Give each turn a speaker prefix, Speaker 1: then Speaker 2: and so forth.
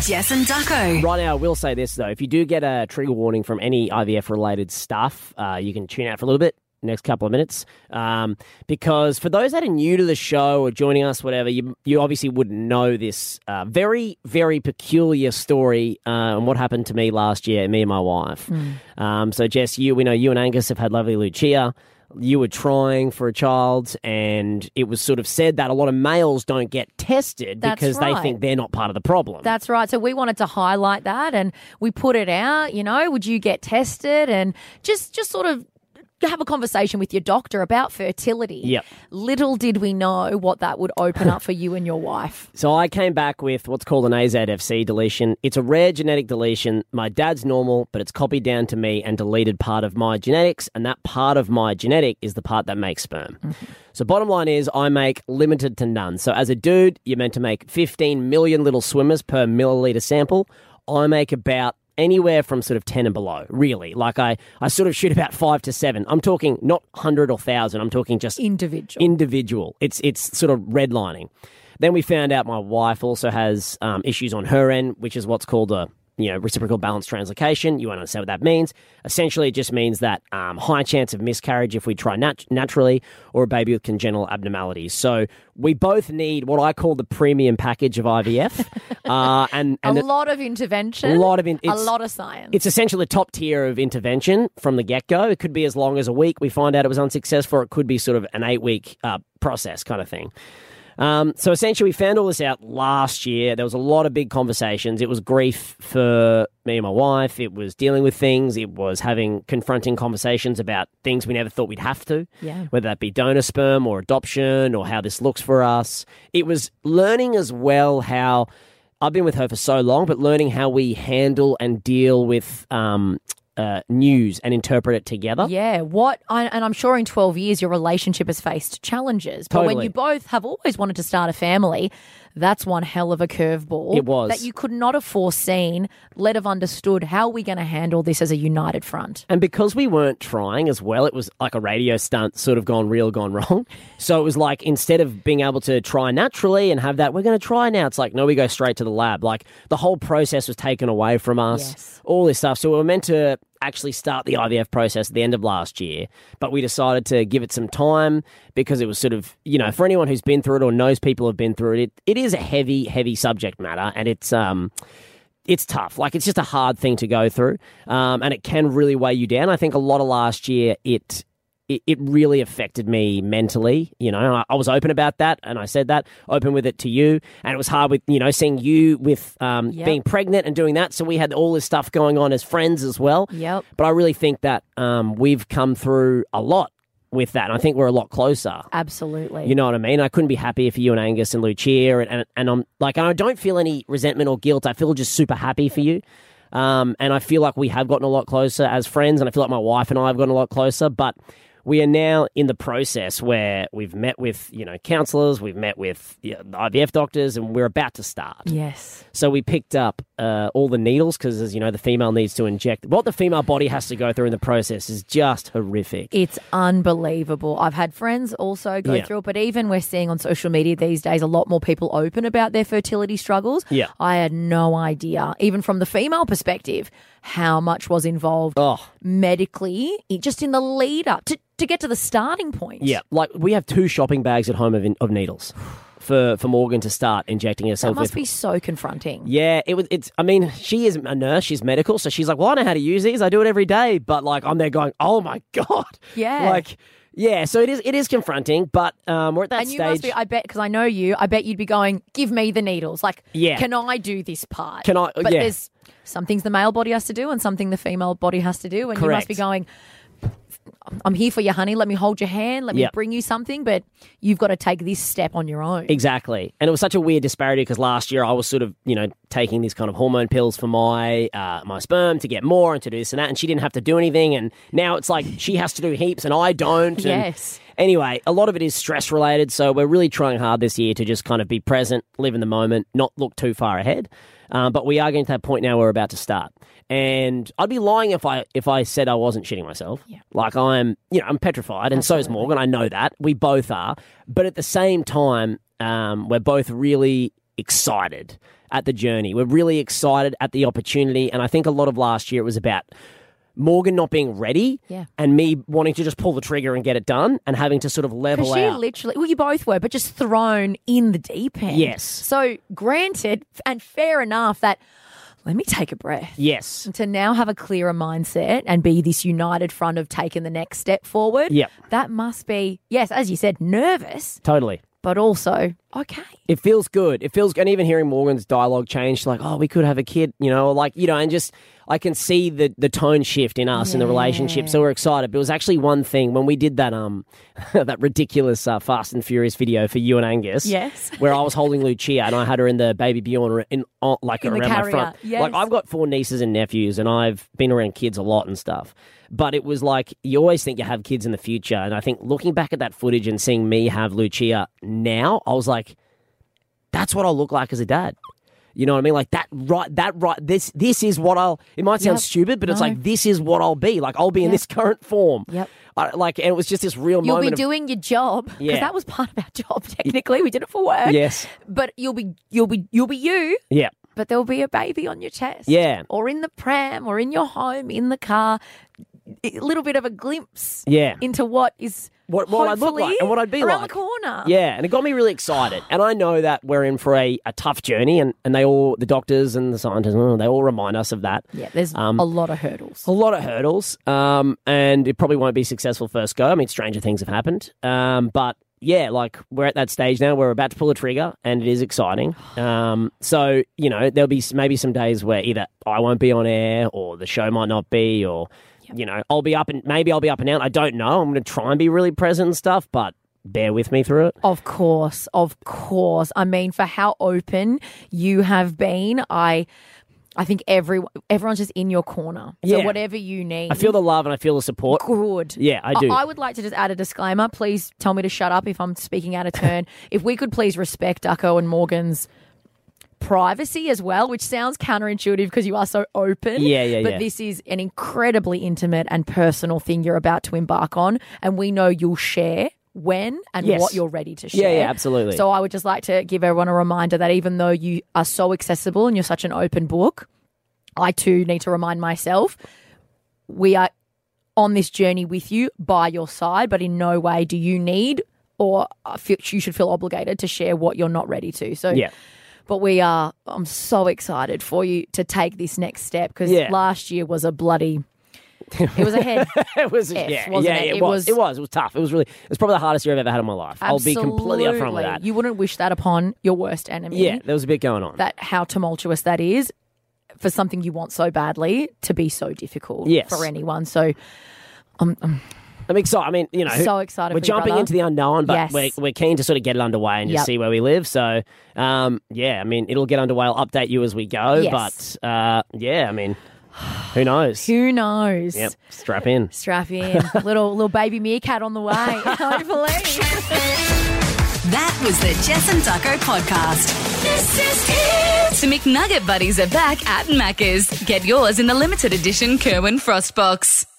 Speaker 1: Jess and Ducko.
Speaker 2: Right now, I will say this though: if you do get a trigger warning from any IVF-related stuff, uh, you can tune out for a little bit. Next couple of minutes, um, because for those that are new to the show or joining us, whatever you you obviously wouldn't know this uh, very very peculiar story uh, and what happened to me last year, me and my wife.
Speaker 3: Hmm.
Speaker 2: Um, so Jess, you we know you and Angus have had lovely Lucia. You were trying for a child, and it was sort of said that a lot of males don't get tested
Speaker 3: That's
Speaker 2: because they
Speaker 3: right.
Speaker 2: think they're not part of the problem.
Speaker 3: That's right. So we wanted to highlight that and we put it out, you know, would you get tested and just just sort of have a conversation with your doctor about fertility.
Speaker 2: Yep.
Speaker 3: Little did we know what that would open up for you and your wife.
Speaker 2: So I came back with what's called an AZFC deletion. It's a rare genetic deletion. My dad's normal, but it's copied down to me and deleted part of my genetics, and that part of my genetic is the part that makes sperm. So bottom line is I make limited to none. So as a dude, you're meant to make 15 million little swimmers per milliliter sample. I make about anywhere from sort of 10 and below, really. Like I, I sort of shoot about 5 to 7. I'm talking not 100 or 1,000. I'm talking just
Speaker 3: Individual.
Speaker 2: individual. It's it's sort of redlining. Then we found out my wife also has um, issues on her end, which is what's called a you know reciprocal balance translocation. You won't understand what that means. Essentially, it just means that um, high chance of miscarriage if we try nat- naturally, or a baby with congenital abnormalities. So we both need what I call the premium package of IVF, uh, and
Speaker 3: a
Speaker 2: and the-
Speaker 3: lot of intervention.
Speaker 2: A lot of in-
Speaker 3: a
Speaker 2: it's-
Speaker 3: lot of science.
Speaker 2: it's essentially the top tier of intervention from the get go. It could be as long as a week. We find out it was unsuccessful. It could be sort of an eight week uh, process kind of thing. Um, so essentially, we found all this out last year. There was a lot of big conversations. It was grief for me and my wife. It was dealing with things. It was having confronting conversations about things we never thought we'd have to.
Speaker 3: Yeah.
Speaker 2: Whether that be donor sperm or adoption or how this looks for us. It was learning as well how I've been with her for so long, but learning how we handle and deal with um, uh, news and interpret it together.
Speaker 3: Yeah, what I, and I'm sure in 12 years your relationship has faced challenges. But when
Speaker 2: Totally.
Speaker 3: you both have always wanted to start a family, that's one hell of a curveball.
Speaker 2: It was.
Speaker 3: that you could not have foreseen, let have understood. How are we going to handle this as a united front?
Speaker 2: And because we weren't trying as well, it was like a radio stunt, sort of gone real, gone wrong. So it was like instead of being able to try naturally and have that, we're going to try now. It's like no, we go straight to the lab. Like the whole process was taken away from us.
Speaker 3: Yes.
Speaker 2: All this stuff. So we were meant to actually start the IVF process at the end of last year, but we decided to give it some time because it was sort of you know for anyone who's been through it or knows people have been through it, it, it is a heavy, heavy subject matter, and it's um it's tough. Like it's just a hard thing to go through, um, and it can really weigh you down. I think a lot of last year it. It, it really affected me mentally, you know. I, I was open about that, and I said that open with it to you, and it was hard with you know seeing you with um,
Speaker 3: Yep.
Speaker 2: being pregnant and doing that. So we had all this stuff going on as friends as well.
Speaker 3: Yep.
Speaker 2: But I really think that um, we've come through a lot with that, and I think we're a lot closer.
Speaker 3: Absolutely.
Speaker 2: You know what I mean? I couldn't be happier for you and Angus and Lucia, and, and, and I'm like, and I don't feel any resentment or guilt. I feel just super happy for you. Um, and I feel like we have gotten a lot closer as friends, and I feel like my wife and I have gotten a lot closer. But we are now in the process where we've met with you know counselors, we've met with you know, IVF doctors, and we're about to start.
Speaker 3: yes.
Speaker 2: So we picked up uh, all the needles because, as you know, the female needs to inject. What the female body has to go through in the process is just horrific.
Speaker 3: It's unbelievable. I've had friends also go
Speaker 2: Yeah.
Speaker 3: through it, but even we're seeing on social media these days a lot more people open about their fertility struggles.
Speaker 2: Yeah.
Speaker 3: I had no idea, even from the female perspective, how much was involved
Speaker 2: oh,
Speaker 3: medically, it- just in the lead up to, to get to the starting point.
Speaker 2: yeah. Like we have two shopping bags at home of, in, of needles for, for Morgan to start injecting
Speaker 3: That
Speaker 2: herself
Speaker 3: must
Speaker 2: with.
Speaker 3: be so confronting.
Speaker 2: yeah, it was. It's. I mean, she is a nurse. She's medical, so she's like, "Well, I know how to use these. I do it every day." But like, I'm there going, "Oh my god!"
Speaker 3: Yeah.
Speaker 2: Like, yeah. So it is. It is confronting. But um, we're at that
Speaker 3: And you
Speaker 2: stage.
Speaker 3: must be, I bet, because I know you, I bet you'd be going, give me the needles. Like,
Speaker 2: Yeah.
Speaker 3: can I do this part?
Speaker 2: Can I-
Speaker 3: But
Speaker 2: yeah.
Speaker 3: there's some things the male body has to do and some thing the female body has to do. And you must be
Speaker 2: Correct.
Speaker 3: going, I'm here for you, honey. Let me hold your hand. Let me
Speaker 2: Yep.
Speaker 3: bring you something. But you've got to take this step on your own.
Speaker 2: Exactly. And it was such a weird disparity because last year I was sort of, you know, taking these kind of hormone pills for my uh, my sperm to get more and to do this and that. And she didn't have to do anything. And now it's like she has to do heaps and I don't. And
Speaker 3: Yes.
Speaker 2: Anyway, a lot of it is stress related. So we're really trying hard this year to just kind of be present, live in the moment, not look too far ahead. Um, but we are getting to that point now where we're about to start. And I'd be lying if I if I said I wasn't shitting myself.
Speaker 3: Yeah.
Speaker 2: Like I'm, you know, I'm petrified, and so is Morgan. I know that we both are, but at the same time, um, we're both really excited at the journey. We're really excited at the opportunity. And I think a lot of last year it was about Morgan not being ready
Speaker 3: Yeah.
Speaker 2: and me wanting to just pull the trigger and get it done and having to sort of level
Speaker 3: Because she
Speaker 2: out.
Speaker 3: literally, well, you both were, but just thrown in the deep end.
Speaker 2: Yes.
Speaker 3: So granted, and fair enough that let me take a breath.
Speaker 2: yes.
Speaker 3: To now have a clearer mindset and be this united front of taking the next step forward.
Speaker 2: Yep.
Speaker 3: That must be, yes, as you said, nervous,
Speaker 2: Totally.
Speaker 3: but also, okay.
Speaker 2: It feels good. It feels, and even hearing Morgan's dialogue change, like, oh, we could have a kid, you know, like, you know, and just I can see the the tone shift in us in the relationship. So we're excited. But it was actually one thing when we did that um that ridiculous uh, Fast and Furious video for you and Angus.
Speaker 3: Yes.
Speaker 2: where I was holding Lucia and I had her in the baby Bjorn in on, like
Speaker 3: the
Speaker 2: around my
Speaker 3: carrier,
Speaker 2: front.
Speaker 3: yes.
Speaker 2: Like I've got four nieces and nephews and I've been around kids a lot and stuff. But it was like you always think you have kids in the future and I think looking back at that footage and seeing me have Lucia now, I was like that's what I'll look like as a dad. You know what I mean? Like that right that right this this is what I'll it might sound
Speaker 3: Yep.
Speaker 2: stupid, but it's
Speaker 3: No.
Speaker 2: like this is what I'll be. Like I'll be in
Speaker 3: Yep.
Speaker 2: this current form.
Speaker 3: Yep.
Speaker 2: I, like and it was just this real
Speaker 3: You'll be
Speaker 2: moment of-
Speaker 3: doing your job because
Speaker 2: Yeah.
Speaker 3: that was part of our job. Technically, we did it for work.
Speaker 2: Yes.
Speaker 3: But you'll be, you'll be, you'll be you.
Speaker 2: Yeah.
Speaker 3: but there'll be a baby on your chest.
Speaker 2: Yeah.
Speaker 3: Or in the pram or in your home, in the car. A little bit of a glimpse
Speaker 2: Yeah.
Speaker 3: into what is
Speaker 2: What- what I look
Speaker 3: hopefully
Speaker 2: like and what I'd be
Speaker 3: around
Speaker 2: like.
Speaker 3: the corner.
Speaker 2: Yeah, and it got me really excited. And I know that we're in for a, a tough journey, and, and they all, the doctors and the scientists, mm, they all remind us of that.
Speaker 3: Yeah, there's a lot of hurdles.
Speaker 2: Um, A lot of hurdles, um, and it probably won't be successful first go. I mean, stranger things have happened. Um, but yeah, like we're at that stage now. We're about to pull a trigger, and it is exciting. Um, so, you know, there'll be s- maybe some days where either I won't be on air, or the show might not be, or, you know, I'll be up and maybe I'll be up and out. I don't know. I'm going to try and be really present and stuff, but bear with me through it.
Speaker 3: Of course, of course. I mean, for how open you have been, I I think every everyone's just in your corner. So
Speaker 2: Yeah.
Speaker 3: whatever you need.
Speaker 2: I feel the love and I feel the support.
Speaker 3: good.
Speaker 2: Yeah, I do.
Speaker 3: I, would like to just add a disclaimer. Please tell me to shut up if I'm speaking out of turn. if we could please respect Ducko and Morgan's privacy as well, which sounds counterintuitive because you are so open.
Speaker 2: Yeah, yeah,
Speaker 3: But
Speaker 2: yeah.
Speaker 3: this is an incredibly intimate and personal thing you're about to embark on, and we know you'll share. When and
Speaker 2: Yes.
Speaker 3: what you're ready to
Speaker 2: Yeah,
Speaker 3: share.
Speaker 2: yeah, absolutely.
Speaker 3: So I would just like to give everyone a reminder that even though you are so accessible and you're such an open book, I too need to remind myself we are on this journey with you by your side, but in no way do you need or uh, feel, you should feel obligated to share what you're not ready to. So,
Speaker 2: yeah.
Speaker 3: but we are, I'm so excited for you to take this next step because
Speaker 2: Yeah.
Speaker 3: last year was a bloody, it was a head.
Speaker 2: It was, yeah,
Speaker 3: F, wasn't
Speaker 2: yeah,
Speaker 3: it?
Speaker 2: it,
Speaker 3: It
Speaker 2: was,
Speaker 3: was-
Speaker 2: it was, it was tough. It was really, it was probably the hardest year I've ever had in my life. I'll be completely upfront
Speaker 3: Absolutely.
Speaker 2: with that.
Speaker 3: You wouldn't wish that upon your worst enemy.
Speaker 2: yeah, there was a bit going on.
Speaker 3: that how tumultuous that is for something you want so badly to be so difficult
Speaker 2: Yes.
Speaker 3: for anyone. So
Speaker 2: I'm excited. I mean, you know,
Speaker 3: So excited
Speaker 2: We're
Speaker 3: for you,
Speaker 2: jumping
Speaker 3: brother.
Speaker 2: into the unknown, but
Speaker 3: Yes.
Speaker 2: we're, we're keen to sort of get it underway and just
Speaker 3: Yep.
Speaker 2: see where we live. So, um, yeah, I mean, it'll get underway. I'll update you as we go.
Speaker 3: Yes.
Speaker 2: But uh, yeah, I mean, who knows?
Speaker 3: who knows?
Speaker 2: yep, strap in.
Speaker 3: Strap in, little little baby meerkat on the way. Hopefully,
Speaker 1: That was the Jess and Ducko podcast. This is it. The McNugget Buddies are back at Macca's. Get yours in the limited edition Kerwin Frostbox.